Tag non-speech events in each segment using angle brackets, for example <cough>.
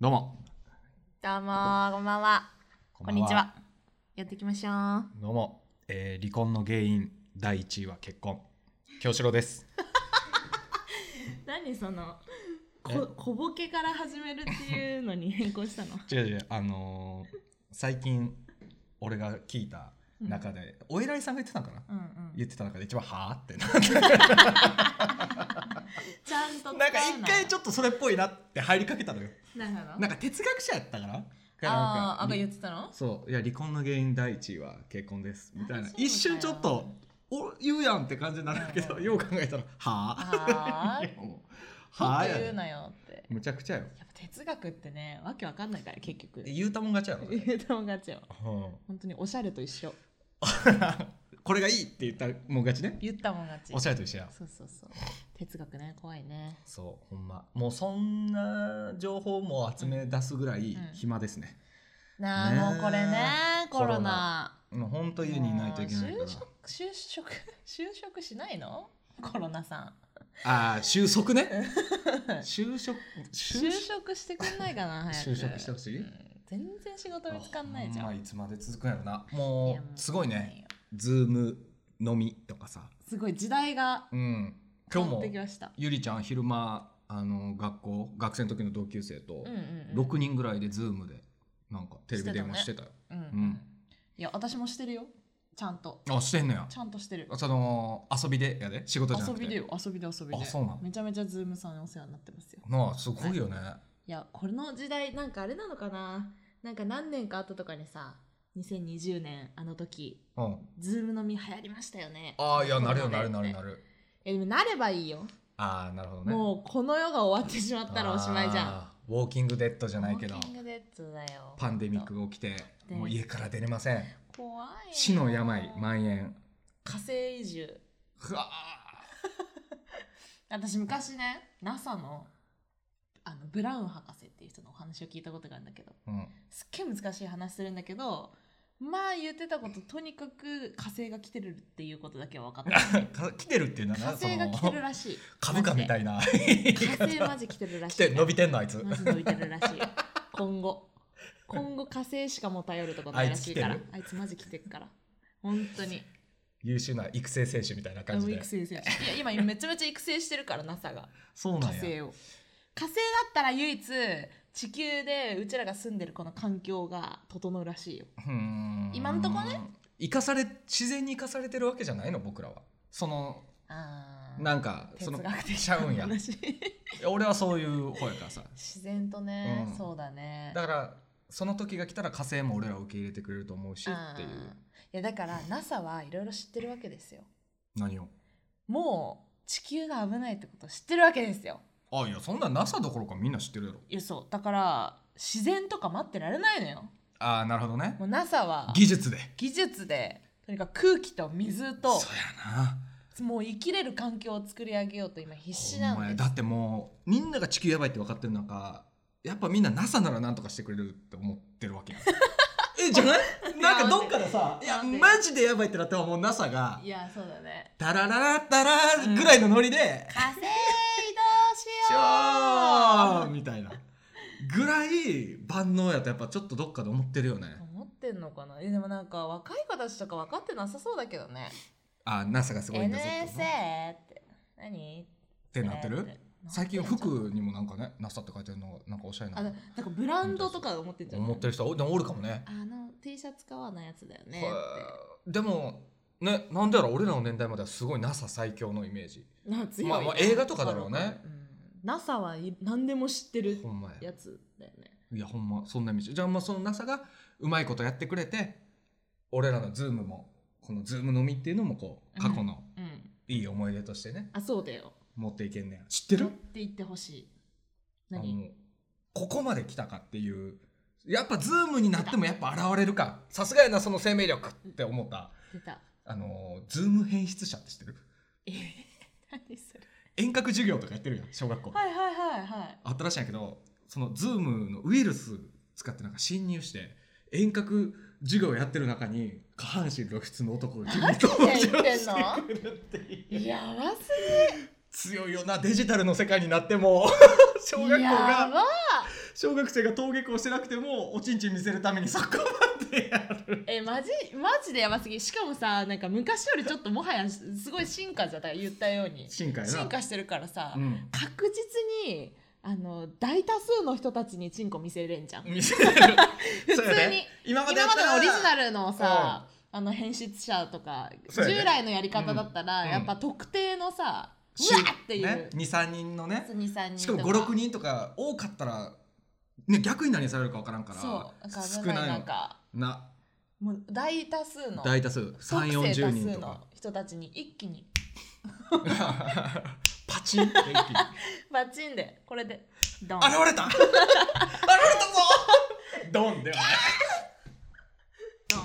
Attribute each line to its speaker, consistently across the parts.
Speaker 1: どうも
Speaker 2: どうもーこんばんは
Speaker 1: こ
Speaker 2: こんにちはやっていきましょう
Speaker 1: どうも、えー離婚の原因第1位は結婚京志郎です
Speaker 2: 何その
Speaker 1: え
Speaker 2: こ小ボケから始めるっていうのに <laughs> 変更したの
Speaker 1: 違う違うあのー最近俺が聞いた中で、お偉いさんが言ってたのかな、
Speaker 2: うんうん
Speaker 1: 言ってた中で一番はあ <laughs> ってな
Speaker 2: ちゃんと使う
Speaker 1: なんか一回ち
Speaker 2: ょ
Speaker 1: ょっとそれっぽいなって入りかけたのよ
Speaker 2: っとなるほど
Speaker 1: なんか哲学者やったからなんか
Speaker 2: あーあが
Speaker 1: り
Speaker 2: 言ってたの
Speaker 1: そういや離婚の原因第1位は結婚ですみたいな
Speaker 2: 何
Speaker 1: 一瞬ちょっと
Speaker 2: うん
Speaker 1: お言うやんって感じになるけど
Speaker 2: うん
Speaker 1: よう考えたらはあ
Speaker 2: あ
Speaker 1: いや <laughs> もう
Speaker 2: あ
Speaker 1: はあ
Speaker 2: っ
Speaker 1: や
Speaker 2: て言
Speaker 1: で
Speaker 2: うなよって
Speaker 1: むちゃくちゃよ
Speaker 2: やっぱ哲学ってねわけわかんないから結局
Speaker 1: 言うたもん勝ちやろそれ
Speaker 2: 言うともがちよ
Speaker 1: うん
Speaker 2: 本当におしゃれと一緒
Speaker 1: これがいいって言ったもん勝ちね
Speaker 2: 言ったもんがち
Speaker 1: おしゃれと一緒や
Speaker 2: そうそうそう哲学ね怖いね
Speaker 1: そうほんまもうそんな情報も集め出すぐらい
Speaker 2: うん
Speaker 1: 暇ですね、
Speaker 2: なあ、
Speaker 1: ねえ
Speaker 2: もうこれねコロ
Speaker 1: コロ
Speaker 2: ナ
Speaker 1: もうほんと家にいないといけないか
Speaker 2: も
Speaker 1: ら
Speaker 2: う就職 <laughs> 就職就職しないのコロナさん
Speaker 1: ああ収束ね就職
Speaker 2: 就
Speaker 1: 就
Speaker 2: 職してくんない
Speaker 1: <laughs>
Speaker 2: かな早く
Speaker 1: 就職してほしい
Speaker 2: うん全然仕事見つかんないじゃん
Speaker 1: まあいつまで続くんやろないも
Speaker 2: やもう
Speaker 1: うすごいねズーム飲みとかさ
Speaker 2: すごい時代が
Speaker 1: うん今
Speaker 2: 変
Speaker 1: 日
Speaker 2: わっ
Speaker 1: も
Speaker 2: てきました
Speaker 1: ゆりちゃん昼間あの学校学生の時の同級生と
Speaker 2: うんうんうん
Speaker 1: 6人ぐらいでズームでなんかテレビ電話し
Speaker 2: して
Speaker 1: てたよ
Speaker 2: うんう
Speaker 1: うん
Speaker 2: んいや私もしてるよちゃんと
Speaker 1: あしてんのや
Speaker 2: ちゃんとしてる
Speaker 1: その遊びでやで仕事じゃな
Speaker 2: 遊
Speaker 1: くて
Speaker 2: びでよ遊びで遊び
Speaker 1: あ
Speaker 2: で
Speaker 1: そうなの
Speaker 2: めちゃめちゃズームさんにお世話になってますよ
Speaker 1: なあすごいよね
Speaker 2: いやこの時代なんかあれなのかななんか何年か後とかにさ2020年あの時
Speaker 1: うん
Speaker 2: ズーム飲み流行りましたよね
Speaker 1: ああいやなるよ
Speaker 2: コロ
Speaker 1: な
Speaker 2: ナ
Speaker 1: るなる
Speaker 2: で
Speaker 1: なる
Speaker 2: えでもなればいいよ、
Speaker 1: ああなるほどね
Speaker 2: もうこの世が終わってしまったらおしまいじゃん
Speaker 1: あーウォーキングデッドじ
Speaker 2: じ
Speaker 1: ゃないけどパンデミックが起きて
Speaker 2: で
Speaker 1: もう家から出れません
Speaker 2: 怖いよ
Speaker 1: 死の病蔓延
Speaker 2: 火星移住
Speaker 1: ふわ
Speaker 2: 私昔ね NASA のあのブラウン博士っていう人のお話を聞いたことがあるんだけど
Speaker 1: ーうん
Speaker 2: すっげえ難しい話するんだけどまあ言ってたこととにかく火星が来てるっていうことだけは
Speaker 1: <laughs>
Speaker 2: 分かった
Speaker 1: か来てるっていうのは
Speaker 2: 火
Speaker 1: なそ
Speaker 2: 星が
Speaker 1: の
Speaker 2: 来てるらしい
Speaker 1: 株価みた
Speaker 2: い
Speaker 1: いな
Speaker 2: 火星マジ来てるら
Speaker 1: <laughs> 来
Speaker 2: しい、
Speaker 1: て伸びてんのあいつ
Speaker 2: マジ伸びてるらしい今後今後火星しかもう頼るとこないらしいから
Speaker 1: あ
Speaker 2: あ
Speaker 1: い
Speaker 2: い
Speaker 1: つ来
Speaker 2: つマジ来てるから本当に
Speaker 1: 優秀な育成選手みたいな感
Speaker 2: も
Speaker 1: じ
Speaker 2: う
Speaker 1: で
Speaker 2: 育成ですよいや今めちゃめちゃ育成してるから NASA が
Speaker 1: そう
Speaker 2: 火
Speaker 1: なん
Speaker 2: 星
Speaker 1: や
Speaker 2: を火星だったら唯一地球でうちらが住んでるこの環境が整うらしいよ
Speaker 1: うーん
Speaker 2: 今んとこね
Speaker 1: 生かされ自然に生かされてるわけじゃないの僕らはその
Speaker 2: あー
Speaker 1: なんかそ
Speaker 2: 哲
Speaker 1: の
Speaker 2: 学的
Speaker 1: ちゃうんや
Speaker 2: な話
Speaker 1: 俺はそういう方やからさ
Speaker 2: <laughs> 自然とね、
Speaker 1: うん
Speaker 2: そうだね
Speaker 1: だからその時が来たら火星も俺らを受け入れてくれると思うし
Speaker 2: あー
Speaker 1: っていう
Speaker 2: やだから NASA はいろいろ知ってるわけですよ
Speaker 1: 何を
Speaker 2: もう地球が危ないってことを知ってるわけですよ
Speaker 1: あいやそんな NASA どころかみんな知ってるやろ
Speaker 2: いやそうだから自然とか待ってられないのよ
Speaker 1: ああなるほどね
Speaker 2: もう NASA は
Speaker 1: 技術で
Speaker 2: 技術でとにかく空気と水と
Speaker 1: そうやな
Speaker 2: もう生きれる環境を作り上げようと今必死
Speaker 1: ほんま
Speaker 2: な
Speaker 1: や
Speaker 2: んで
Speaker 1: だ
Speaker 2: す
Speaker 1: ってもうみんなが地球やばいって分かってる中やっぱみんな NASA ならなんとかしてくれるって思ってるわ
Speaker 2: <laughs>
Speaker 1: けやんえじゃないなんかどっかでさ「いや
Speaker 2: なんで
Speaker 1: マジでやばい」ってなったらもう NASA が
Speaker 2: いやそう
Speaker 1: <laughs>
Speaker 2: だね
Speaker 1: 「タラララタラ」ぐらいのノリで
Speaker 2: 火星移動
Speaker 1: 「しょ
Speaker 2: しよ
Speaker 1: ー」みたいなぐらい万能やとやっぱちょっとどっかで思ってるよね
Speaker 2: う思ってんのかなえでもなんか若い子たちとか分かってなさそうだけどね
Speaker 1: あ NASA がすごいんだぞってことっ
Speaker 2: NSA って何って
Speaker 1: なってる最近服にもなんかね NASA って書いてるのがなんかおしゃれ
Speaker 2: あ
Speaker 1: な
Speaker 2: だなんかブランドとか思ってんじゃん
Speaker 1: 思ってる人おでもおるかもね
Speaker 2: あの T シャツ買わないやつだよねっ
Speaker 1: へーでもねなんだろう俺らの年代まではすごい NASA 最強のイメージ
Speaker 2: てな強い
Speaker 1: まあまあ映画とかだろうね
Speaker 2: うん NASA はい何でも知ってる
Speaker 1: ほんまや
Speaker 2: やつだよね
Speaker 1: いやほんまそんなイメージじゃあまあその NASA がうまいことやってくれて俺らの Zoom もこの Zoom のみっていうのもこう過去の
Speaker 2: うん
Speaker 1: いい思い出としてね、
Speaker 2: あそうだよ
Speaker 1: 持っていけんねや知ってる
Speaker 2: って言ってほしい
Speaker 1: あ
Speaker 2: 何
Speaker 1: のここまで来たかっていうやっぱ Zoom になってもやっぱ現れるかさすがやなその生命力って思った
Speaker 2: 出た
Speaker 1: あの Zoom 変質者って知ってる
Speaker 2: え何それ
Speaker 1: 遠隔授業とかやってるやん小学校
Speaker 2: はいはいはいはい
Speaker 1: あったらしいんやけどその Zoom のウイルス使ってなんか侵入して遠隔授業やってる中に下半身露出の男が急に登場
Speaker 2: 何言ってんの
Speaker 1: してくるっていう
Speaker 2: やばす
Speaker 1: 強いよなデジタルの世界になっても <laughs> 小
Speaker 2: ぎ
Speaker 1: 学校
Speaker 2: や
Speaker 1: が
Speaker 2: ば
Speaker 1: 小学生が登下校してなくてもおちんちん見せるためにそこまでやる
Speaker 2: えマジマジでやばすぎしかもさなんか昔よりちょっともはやすごい進化じゃんだから言ったように
Speaker 1: 進化やな
Speaker 2: 進化してるからさ、 <laughs>
Speaker 1: うん
Speaker 2: 確実にあの大多数の人たちにチンコ見せれんじゃん
Speaker 1: 見せる
Speaker 2: 普
Speaker 1: そう
Speaker 2: 通
Speaker 1: やね
Speaker 2: に
Speaker 1: 今までや
Speaker 2: 今
Speaker 1: った
Speaker 2: まで
Speaker 1: ら
Speaker 2: のオリジナルのさ、あの編集者とか、
Speaker 1: そうやね
Speaker 2: 従来のやり方だったら、
Speaker 1: うん
Speaker 2: やっぱ特定のさう
Speaker 1: し
Speaker 2: わっっていう、
Speaker 1: ね、23人のね
Speaker 2: 23人
Speaker 1: しか
Speaker 2: と
Speaker 1: も56人とか多かったら、ね、逆に何されるか分からんから
Speaker 2: そうだから
Speaker 1: 少
Speaker 2: 危ない
Speaker 1: ない
Speaker 2: なん
Speaker 1: の
Speaker 2: か
Speaker 1: な
Speaker 2: もう大多数の
Speaker 1: 大多数3
Speaker 2: 特
Speaker 1: 四
Speaker 2: 性
Speaker 1: 4
Speaker 2: 多
Speaker 1: 0人
Speaker 2: 数
Speaker 1: と
Speaker 2: <laughs>
Speaker 1: か
Speaker 2: の人たちに一気に
Speaker 1: パチンって一気に現
Speaker 2: バチンでこれでドン
Speaker 1: れた現れたぞドンではな
Speaker 2: ドン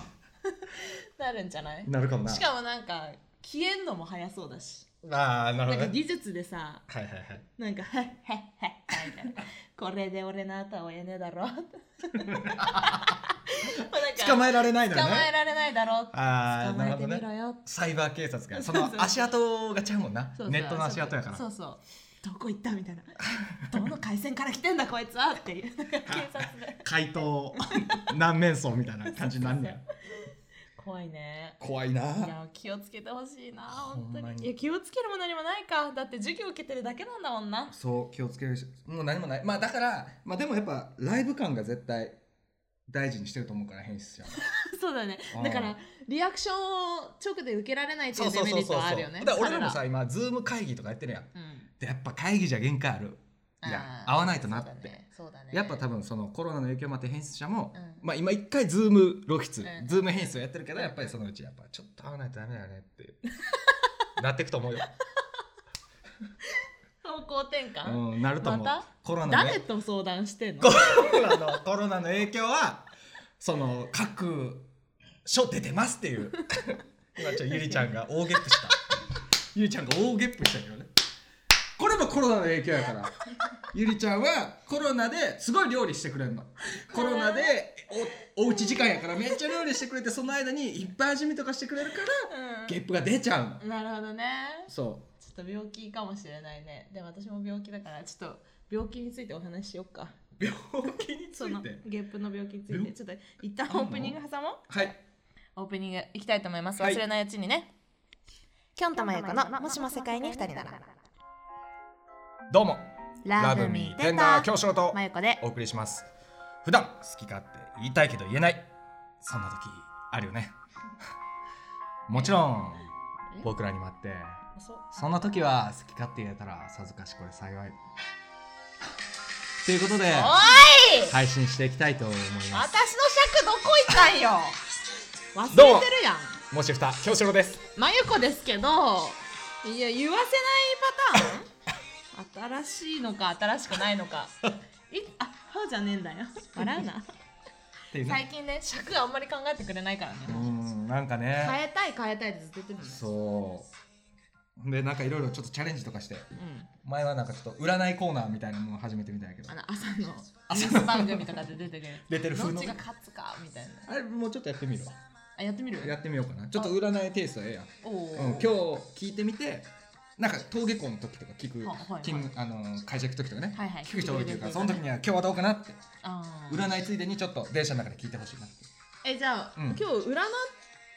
Speaker 2: なるんじゃない
Speaker 1: いなるかもな
Speaker 2: しかもなんか消えんのも早そうだし
Speaker 1: ああなるほ
Speaker 2: なんか
Speaker 1: どね
Speaker 2: 技術でさ
Speaker 1: はいはいはい
Speaker 2: なんか「へっへっへっへ」みたいな「これで俺の後はやねえ
Speaker 1: <laughs>
Speaker 2: だろ」もう <laughs> なんか
Speaker 1: 捕まえられないのよ
Speaker 2: 捕まえ
Speaker 1: ね
Speaker 2: られないだろ
Speaker 1: あ
Speaker 2: 捕
Speaker 1: あな
Speaker 2: ま
Speaker 1: る
Speaker 2: え
Speaker 1: ほど
Speaker 2: てみ
Speaker 1: ね
Speaker 2: ろよ
Speaker 1: サイバー警察が
Speaker 2: そ
Speaker 1: そう
Speaker 2: そう
Speaker 1: の足跡がちゃうもんな
Speaker 2: そうそう
Speaker 1: ネットの足跡やから
Speaker 2: そうそうどこ行ったみたいな「どの回線から来てんだこいつは」っていうなんか警察で
Speaker 1: 怪盗 <laughs> 難面相みたいな感じになんねや
Speaker 2: 怖いね
Speaker 1: 怖いない
Speaker 2: や気をつけてほしいな本当
Speaker 1: ほんま
Speaker 2: に
Speaker 1: に
Speaker 2: いや気をつけるも何もないかだって授業受けてるだけなんだもんな <laughs>
Speaker 1: そう気をつけるしもう何もないまあだからまあでもやっぱライブ感が絶対大事にしてると思うから編集者は
Speaker 2: そうだね
Speaker 1: うん
Speaker 2: だからリアクションを直で受けられないっていうデメリットはあるよね
Speaker 1: だから俺らも
Speaker 2: 彼
Speaker 1: さ今ズーム会議とかやってるやん
Speaker 2: うん
Speaker 1: でやっぱ会議じゃ限界あるいや合わないとなって
Speaker 2: そうだねそうだね
Speaker 1: やっぱ多分そのコロナの影響もあって編集者も、
Speaker 2: うん
Speaker 1: まあ今一回ズーム露出、
Speaker 2: うん
Speaker 1: ズーム編集をやってるけど
Speaker 2: うん
Speaker 1: やっぱりそのうちやっぱちょっと合わないとダメだよねっていう
Speaker 2: <laughs>
Speaker 1: なっていくと思うよ、
Speaker 2: 方向転換、
Speaker 1: うん、なると思う、
Speaker 2: また
Speaker 1: コロナの
Speaker 2: 誰
Speaker 1: ね
Speaker 2: と相談してんの
Speaker 1: コロナのコロナの影響はその各所出てますっていう <laughs> 今ちょっとゆりちゃんが大ゲップした <laughs> ゆりちゃんが大ゲップしたけどねこれもコロナの影響やからゆりちゃんはコロナですごい料理してくれるのコロナでおおうち時間やからめっちゃ料理してくれてその間にいっぱい味見とかしてくれるから
Speaker 2: <laughs> うん
Speaker 1: ゲップが出ちゃうの
Speaker 2: なるほどね
Speaker 1: そ
Speaker 2: ちょっと病気かもしれないねでも私も病気だからちょっと病気についてお話ししようか
Speaker 1: う病気につ
Speaker 2: その
Speaker 1: いて
Speaker 2: ゲップの病気について
Speaker 1: 病
Speaker 2: ちょっと一旦オープニング挟もう
Speaker 1: はい
Speaker 2: オープニングいきたいと思います
Speaker 1: はい
Speaker 2: 忘れないうちにね、きょんたまゆこのもしも世界に二人なら
Speaker 1: どうも
Speaker 2: ラブミーテンダー
Speaker 1: 教師と
Speaker 2: まゆこで
Speaker 1: お送りします普段好き勝手言いたいけど言えないそんな時あるよね <laughs> もちろん僕らにもあって
Speaker 2: そう
Speaker 1: そんな時は好き勝手言えたらさぞかしこれ幸いということで
Speaker 2: おい
Speaker 1: 配信していきたいと思い
Speaker 2: 私の
Speaker 1: ます
Speaker 2: 尺どこ行ったんよ忘
Speaker 1: どうも
Speaker 2: れてるやん
Speaker 1: もしふた京志郎です
Speaker 2: まゆこですけどいや言わせない <laughs> パターン新しいのか新しくないのかいあそうじゃねえんだよ笑うな
Speaker 1: っていう
Speaker 2: 最
Speaker 1: ね
Speaker 2: 近ね尺あんまり考えてくれないからね
Speaker 1: うーんなんかね
Speaker 2: 変えたい変えたいってずっと言ってるんだよ
Speaker 1: そうでなんかいろいろちょっとチャレンジとかして
Speaker 2: うん
Speaker 1: 前はなんかちょっと占いコーナーみたいなのを始めてみたんやけど
Speaker 2: あの朝のニ
Speaker 1: 朝の
Speaker 2: ュース番組とかで出てくる
Speaker 1: 出てる風の
Speaker 2: どっちが勝つかみたいな
Speaker 1: あれもうちょっとやってみるわ
Speaker 2: あやってみる
Speaker 1: やってみようかなちょっと占いテイストはええやん
Speaker 2: おお、
Speaker 1: うん、今日聞いてみてなんか登下校の時とか聞く、
Speaker 2: はいはい
Speaker 1: 勤あの会社行く時とかね、
Speaker 2: はいはい
Speaker 1: 聞く人多いというか
Speaker 2: 聞いてくれてる
Speaker 1: その時には今日はどうかなって
Speaker 2: あー
Speaker 1: 占いついでにちょっと電車の中で聞いてほしいなっ
Speaker 2: えじゃあ、
Speaker 1: うん
Speaker 2: 今日占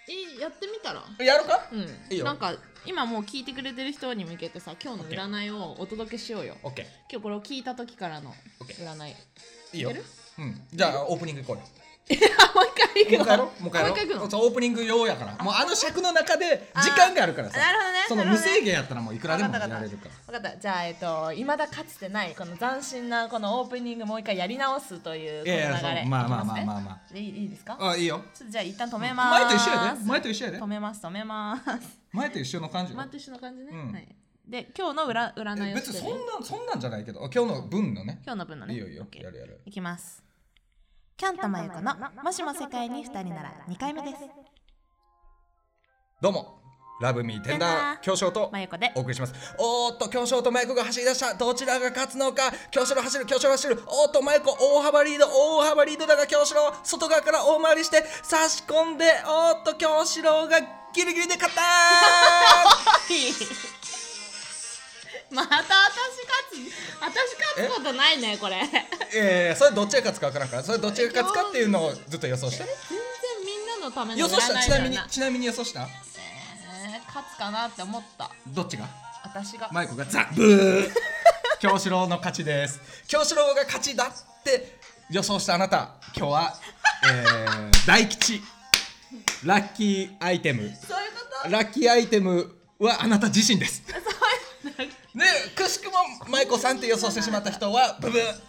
Speaker 2: いやってみたら
Speaker 1: てやるか
Speaker 2: うん
Speaker 1: いいよ
Speaker 2: なんか今もう聞いてくれてる人に向けてさ今日の占いをお届けしようよ
Speaker 1: ?OK
Speaker 2: 今日これを聞いた時からの
Speaker 1: OK
Speaker 2: 占い <laughs>
Speaker 1: いいよ
Speaker 2: いける、
Speaker 1: うん、じゃあオープニング行こうよ
Speaker 2: あもう一回
Speaker 1: もう一
Speaker 2: 行く
Speaker 1: 回や
Speaker 2: の
Speaker 1: ろうもう一回やろ
Speaker 2: もう一回行くの
Speaker 1: そうオープニング用やからもうあの尺の中で時間があるからさ
Speaker 2: なるほどね
Speaker 1: その
Speaker 2: なる
Speaker 1: 無
Speaker 2: ほどね
Speaker 1: 制限やったらもういくらでも
Speaker 2: わ
Speaker 1: や
Speaker 2: かったわか
Speaker 1: れ
Speaker 2: った
Speaker 1: るから
Speaker 2: 分かったじゃあえっといまだかつてないこの斬新なこのオープニングもう一回やり直すという
Speaker 1: い
Speaker 2: この流れ
Speaker 1: やいやそうまあまあまあま
Speaker 2: あ
Speaker 1: あま
Speaker 2: いいいいですか
Speaker 1: ああいいよ
Speaker 2: ちょっとじゃあ一旦止めま
Speaker 1: 前
Speaker 2: ー
Speaker 1: と
Speaker 2: す
Speaker 1: 一緒やで前と一緒やで
Speaker 2: 止めます止めます
Speaker 1: 前と一緒の感じよ
Speaker 2: 前と一緒の感じね、
Speaker 1: うん
Speaker 2: はいで今日の占占い
Speaker 1: え
Speaker 2: を
Speaker 1: 別
Speaker 2: し
Speaker 1: に
Speaker 2: て
Speaker 1: そ
Speaker 2: ね
Speaker 1: んなそんなんじゃないけどあ今日の文のね
Speaker 2: 今日の分のね
Speaker 1: いいよいいよ
Speaker 2: OK
Speaker 1: やるやる
Speaker 2: いきますキャンとまゆこのもしも世界に二人なら二回目 <laughs> です
Speaker 1: どうもラブミーテンダー教匠と
Speaker 2: まゆこで
Speaker 1: お送りしますおーっと教匠とマイコが走り出したどちらが勝つのか教匠の走る教匠の走るおーっとマイコ大幅リード大幅リードだが教師郎外側から大回りして差し込んでおーっと教
Speaker 2: <laughs>
Speaker 1: 師郎がギリギリで勝ったー
Speaker 2: いいまた私勝つ私勝つことないねこれ全然
Speaker 1: えー、それどっちが勝つか分からんからそれどっちが勝つかっていうのをずっと予想して
Speaker 2: みんなのための
Speaker 1: 予想した
Speaker 2: 占い
Speaker 1: ち
Speaker 2: じゃ
Speaker 1: なみに
Speaker 2: い
Speaker 1: ちなみに予想した
Speaker 2: えー勝つかなって思った
Speaker 1: どっちが
Speaker 2: 私が
Speaker 1: マイコがザブ
Speaker 2: <laughs>
Speaker 1: ー京志郎の勝ちです京志郎が勝ちだって予想したあなた今日は、え
Speaker 2: <laughs>
Speaker 1: ー、大吉ラッキーアイテム
Speaker 2: そういうこと
Speaker 1: ラッキーアイテムはあなた自身です
Speaker 2: そういう
Speaker 1: ねくしくも舞子さんって予想してしまった人はブブー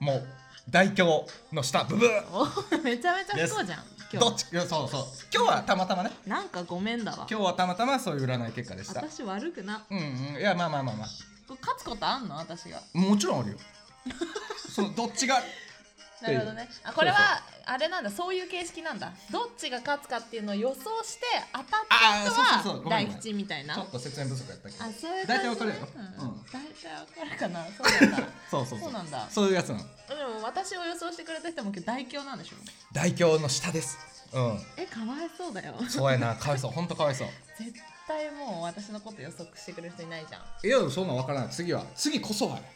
Speaker 1: もう大凶の下ブブー
Speaker 2: お <laughs> めちゃめちゃ不幸じゃん今
Speaker 1: どっ
Speaker 2: 日
Speaker 1: ちそうそう今日はたまたまね
Speaker 2: なんかごめんだわ
Speaker 1: 今日はたまたまそういう占い結果でした
Speaker 2: 私悪くな
Speaker 1: うんうんいやまあまあまあまあ
Speaker 2: 勝つことあんの私が
Speaker 1: もちろん
Speaker 2: <laughs>
Speaker 1: あるよそうどっちが
Speaker 2: なるほどねあこれはあれなんだそういう形式なんだどっちが勝つかっていうのを予想して当たった人
Speaker 1: あーそうそうそう
Speaker 2: は
Speaker 1: ごめん
Speaker 2: 大
Speaker 1: ごめん
Speaker 2: 吉みたいな
Speaker 1: ちょっと説明不足やったけど
Speaker 2: あそういう感じ
Speaker 1: 大体わかるやろ
Speaker 2: うん
Speaker 1: うん
Speaker 2: 大体わかるかなそう
Speaker 1: <laughs>
Speaker 2: なんだ
Speaker 1: そうそうそ
Speaker 2: そううなんだ
Speaker 1: そういうやつなの
Speaker 2: でも私を予想してくれた人も今日大凶なんでしょ
Speaker 1: 大凶の下ですう
Speaker 2: えかわいそうだよ
Speaker 1: んそうやなかわいそうほんとかわいそう
Speaker 2: 絶対もう私のこと予測してくれる人いないじゃ
Speaker 1: いやそんなんわからない次は次こそはね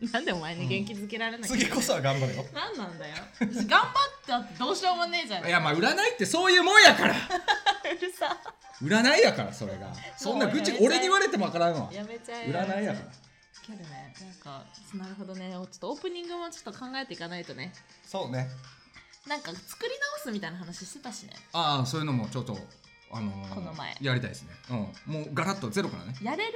Speaker 2: ん <laughs> なんでお前に元気づけられない、
Speaker 1: 次こそは頑張るよ
Speaker 2: なんなんだよ私頑張ったってどうしようもねえじゃん
Speaker 1: いやまあ占いってそういうもんやから
Speaker 2: うるさ
Speaker 1: 占いやからそれがそんな愚痴
Speaker 2: もうやめちゃえ
Speaker 1: 俺に言われてもわからんわ
Speaker 2: やめちゃえ
Speaker 1: 占いやから
Speaker 2: けどねなんかなるほどねちょっとオープニングもちょっと考えていかないとね
Speaker 1: そうね
Speaker 2: なんか作り直すみたいな話してたしね
Speaker 1: ああそういうのもちょっとあのー
Speaker 2: この前
Speaker 1: やりたいですねうんもうガラッとゼロからね
Speaker 2: やれる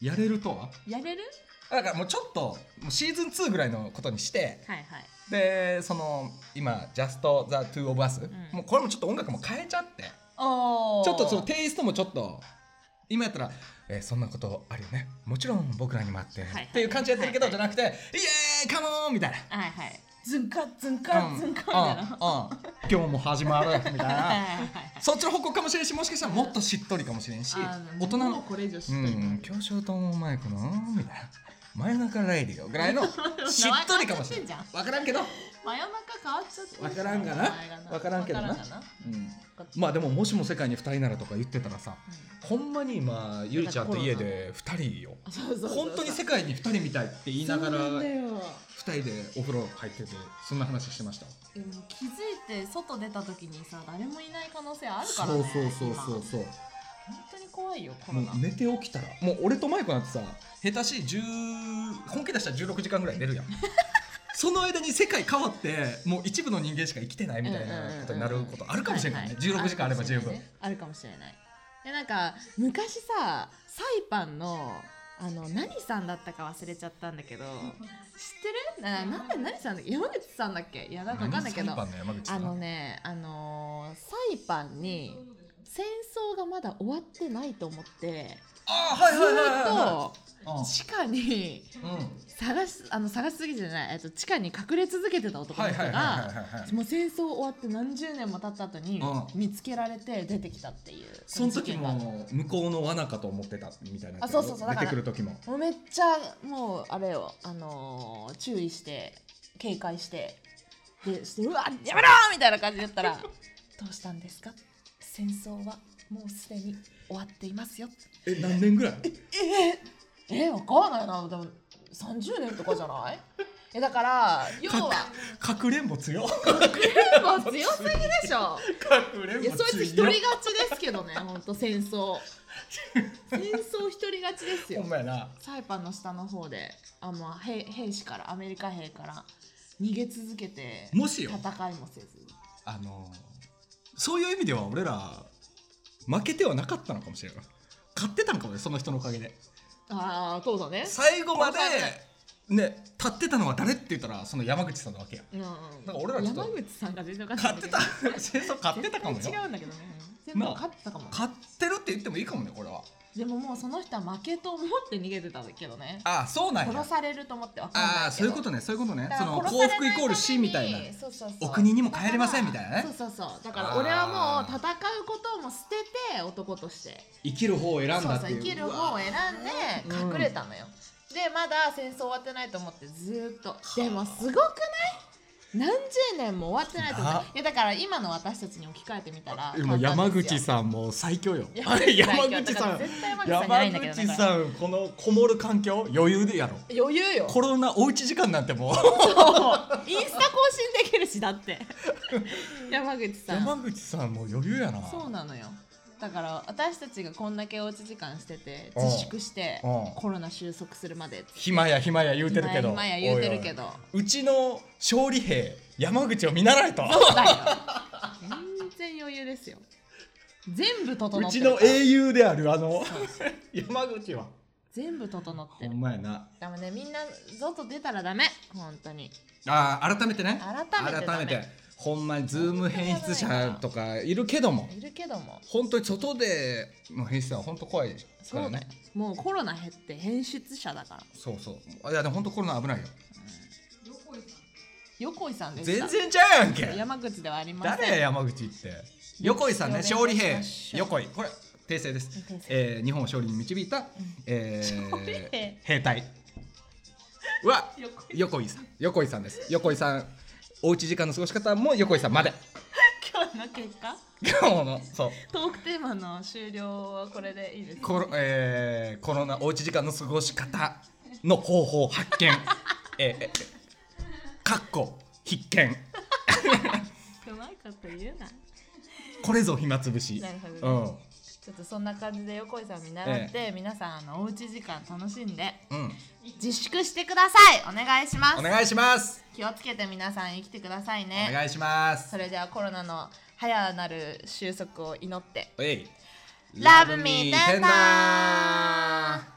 Speaker 1: やれるとは
Speaker 2: やれる
Speaker 1: だからもうちょっともうシーズン2ぐらいのことにして
Speaker 2: はいはい
Speaker 1: でその今「Just the Two of Us、
Speaker 2: ん
Speaker 1: もうこれもちょっと音楽も変えちゃって
Speaker 2: おお
Speaker 1: ちょっとそのテイストもちょっと今やったら、えーそんなことあるよねもちろん僕らにもあって、
Speaker 2: はい
Speaker 1: っていう感じでやってるけど、
Speaker 2: はいは
Speaker 1: じゃなくて「イエーイカモン!」みたいな。
Speaker 2: はいはいズンカズンカズンカみたいな
Speaker 1: うんうんうん今日も始まるみたい
Speaker 2: はい
Speaker 1: な
Speaker 2: はいはい
Speaker 1: そっちの方向かもしれんしもしかしたらもっとしっとりかもしれんし
Speaker 2: あー
Speaker 1: 大人
Speaker 2: もう
Speaker 1: の
Speaker 2: これ以上し
Speaker 1: う
Speaker 2: っとり
Speaker 1: ん今日ショートもマイクのみたいな真夜中ライディオぐらい
Speaker 2: <laughs>
Speaker 1: のしっとりかもしれん
Speaker 2: 名前変わっちゃってんじゃん
Speaker 1: 分からんけど、
Speaker 2: 真夜中変わっちゃってる
Speaker 1: わからんがな
Speaker 2: 名前が
Speaker 1: わからんけどな
Speaker 2: わからんが
Speaker 1: うん
Speaker 2: こっち
Speaker 1: まあでももしも世界に2人ならとか言ってたらさ
Speaker 2: うん
Speaker 1: ほんまに今ゆりちゃんと家で2人よ
Speaker 2: あそうそうそうそう
Speaker 1: 本当に世界に2人みたいって言いながら
Speaker 2: そうなんだ
Speaker 1: 2
Speaker 2: よ
Speaker 1: 人でお風呂入っててそんな話してました
Speaker 2: でも気づいて外出た時にさ誰もいない可能性あるから
Speaker 1: そう
Speaker 2: ね
Speaker 1: そうそうそう
Speaker 2: 今
Speaker 1: そう
Speaker 2: 本当に怖いよコ
Speaker 1: も
Speaker 2: ロ
Speaker 1: う
Speaker 2: ナ
Speaker 1: 寝て起きたらもう俺とマイクなんてさ下手しい10本気出したら16時間ぐらい寝る
Speaker 2: <laughs>
Speaker 1: やんその間に世界変わってもう一部の人間しか生きてないみたいなことになることあるかもしれないね
Speaker 2: はいはい
Speaker 1: 16時間あれば十分
Speaker 2: あるかもしれないねあるかもしれないでなんか昔さサイパンのあの何さんだったか忘れちゃったんだけど知ってるななんで何さんだっけ山口さんだっけいやなんかわかんないけど
Speaker 1: 何裁判の山口さ
Speaker 2: あ
Speaker 1: ん
Speaker 2: のねあのーサイパンに戦争がまだ終わってないと思って
Speaker 1: あー
Speaker 2: ず
Speaker 1: はいはいはいはいはい
Speaker 2: ーっと地下に
Speaker 1: うんうん
Speaker 2: 探しあの探しすぎじゃない、えっと、地下に隠れ続けてた男の
Speaker 1: はい
Speaker 2: 人
Speaker 1: はいはいはい
Speaker 2: が
Speaker 1: はいはい
Speaker 2: もう戦争終わって何十年も経った後に
Speaker 1: う
Speaker 2: 見つけられて出てきたっていう
Speaker 1: その時
Speaker 2: 事件があった
Speaker 1: も向こうの罠かと思ってたみたいなやつ
Speaker 2: あそうそうそう
Speaker 1: 出
Speaker 2: だから
Speaker 1: てくる時も
Speaker 2: もうめっちゃもうあれよ、あのー注意して警戒してでしてうわやめろみたいな感じで言った <laughs> らどうしたんですか戦争はもうすでに終わっていますよ
Speaker 1: え何年ぐらい
Speaker 2: ええわかんないなでも30年とかじゃ <laughs> ないえだから要は
Speaker 1: かくれんぼ強
Speaker 2: もう強すぎでし <laughs> ょ
Speaker 1: かくれん
Speaker 2: い
Speaker 1: ぼ
Speaker 2: やそいつ
Speaker 1: 強
Speaker 2: 一人勝ちですけどね本当戦争戦争一人勝ちですよ
Speaker 1: ほんまやな
Speaker 2: サイパンの下の方であもう兵兵士からアメリカ兵から逃げ続けて
Speaker 1: もしよ
Speaker 2: 戦いもせず
Speaker 1: あのそういう意味では俺ら負けてはなかったのかもしれない勝ってたのかもねその人のおかげで
Speaker 2: ああそうだね
Speaker 1: 最後まで
Speaker 2: わかんない
Speaker 1: ね立ってたのは誰って言ったらその山口さんなわけや
Speaker 2: うん
Speaker 1: なんか俺らちょっと
Speaker 2: 山口さんが全然勝
Speaker 1: 勝って
Speaker 2: <laughs>
Speaker 1: た戦争勝ってたかもよ
Speaker 2: 違うんだけどね全部
Speaker 1: なあ
Speaker 2: 勝ってたかも、
Speaker 1: 勝ってるって言ってもいいかもねこれは
Speaker 2: でももうその人は負けと思って逃げてたけどね
Speaker 1: ああそうなんや
Speaker 2: 殺されると思って分かんないけど
Speaker 1: ああそういうことねそういうことね
Speaker 2: だか
Speaker 1: そ
Speaker 2: ら
Speaker 1: の
Speaker 2: 殺
Speaker 1: 幸
Speaker 2: され
Speaker 1: 福イ
Speaker 2: な
Speaker 1: コール死みたいな
Speaker 2: ためにそうそうそう
Speaker 1: お国にも帰れませんみたいなね
Speaker 2: そうそうそうだから俺はもう戦うことも捨てて男として
Speaker 1: 生きる方を選ん
Speaker 2: そう
Speaker 1: だ
Speaker 2: そう
Speaker 1: っていう
Speaker 2: 生きる方を選ん
Speaker 1: うわ
Speaker 2: で隠れたのよ、でまだ戦争終わってないと思ってずーっとでもすごくない何十年も終わってないと思う
Speaker 1: ない
Speaker 2: やだから今の私たちに置き換えてみたら
Speaker 1: もう山口
Speaker 2: ん
Speaker 1: さんも最強よ
Speaker 2: 山
Speaker 1: 山
Speaker 2: 口さん
Speaker 1: 口さん
Speaker 2: 絶対山口さんじゃないんだ
Speaker 1: 山
Speaker 2: け
Speaker 1: 口
Speaker 2: どねこ
Speaker 1: さんこのこもる環境余裕でやろ
Speaker 2: れ余裕よ
Speaker 1: コロナおうち時間なんてもう
Speaker 2: そうインスタ更新できるしだって
Speaker 1: <laughs>
Speaker 2: 山口さん
Speaker 1: 山口さんもう余裕やな
Speaker 2: そうなのよだから私たちがこんだけおうち時間してて
Speaker 1: うん
Speaker 2: 自粛して
Speaker 1: うん
Speaker 2: コロナ収束するまで
Speaker 1: 暇や暇や言うてるけど
Speaker 2: 今や言うてるけど
Speaker 1: おいおいうちの勝利兵山口を見習えと
Speaker 2: そうだよ全然余裕ですよ全部
Speaker 1: う
Speaker 2: 整って
Speaker 1: ち
Speaker 2: る
Speaker 1: の
Speaker 2: から
Speaker 1: 英雄であるあの <laughs> 山口は
Speaker 2: 全部整って
Speaker 1: ほ
Speaker 2: る
Speaker 1: んまやな
Speaker 2: でもねみんな外出たらダメ本当に
Speaker 1: あー改めてね
Speaker 2: 改めてダメ
Speaker 1: ほんまにズーム編出者とかいるけども
Speaker 2: いるけども
Speaker 1: 本当に外での編出者は本当怖いか
Speaker 2: そう
Speaker 1: ら
Speaker 2: だよ
Speaker 1: ね
Speaker 2: もうコロナ減って変質者だから
Speaker 1: そうそういやでも本当コロナ危ないよ
Speaker 2: 横井さんでした
Speaker 1: 全然ちゃうやんけ
Speaker 2: 山口ではありません
Speaker 1: 誰や山口って横井さんね
Speaker 2: お願いします
Speaker 1: 勝利兵横井これ訂正です
Speaker 2: 訂正、
Speaker 1: えー、日本を勝利に導いた、え
Speaker 2: 勝利兵
Speaker 1: ー、兵隊は
Speaker 2: 横
Speaker 1: 横
Speaker 2: 井
Speaker 1: 井さん横井さんです横井さんおうち時間の過ごし方も横井さんまで <laughs>
Speaker 2: 今日の結果
Speaker 1: 今日のそう
Speaker 2: トークテーマの終了はこれでいいですか
Speaker 1: コロ,、えー、コロナおうち時間の過ごし方の方法発
Speaker 2: <laughs>
Speaker 1: 見えーえーかっこ必見
Speaker 2: うまいこと言うな
Speaker 1: これぞ暇つぶし
Speaker 2: なるほど
Speaker 1: うん
Speaker 2: ちょっとそんな感じで横井さん見習って、皆さんあのおうち時間楽しんで
Speaker 1: うん、
Speaker 2: 自粛してくださいお願いします
Speaker 1: お願いします
Speaker 2: 気をつけて皆さん生きてください
Speaker 1: お
Speaker 2: ね
Speaker 1: 願いします
Speaker 2: それではコロナの早なる収束を祈って
Speaker 1: おい
Speaker 2: Love me, テンダー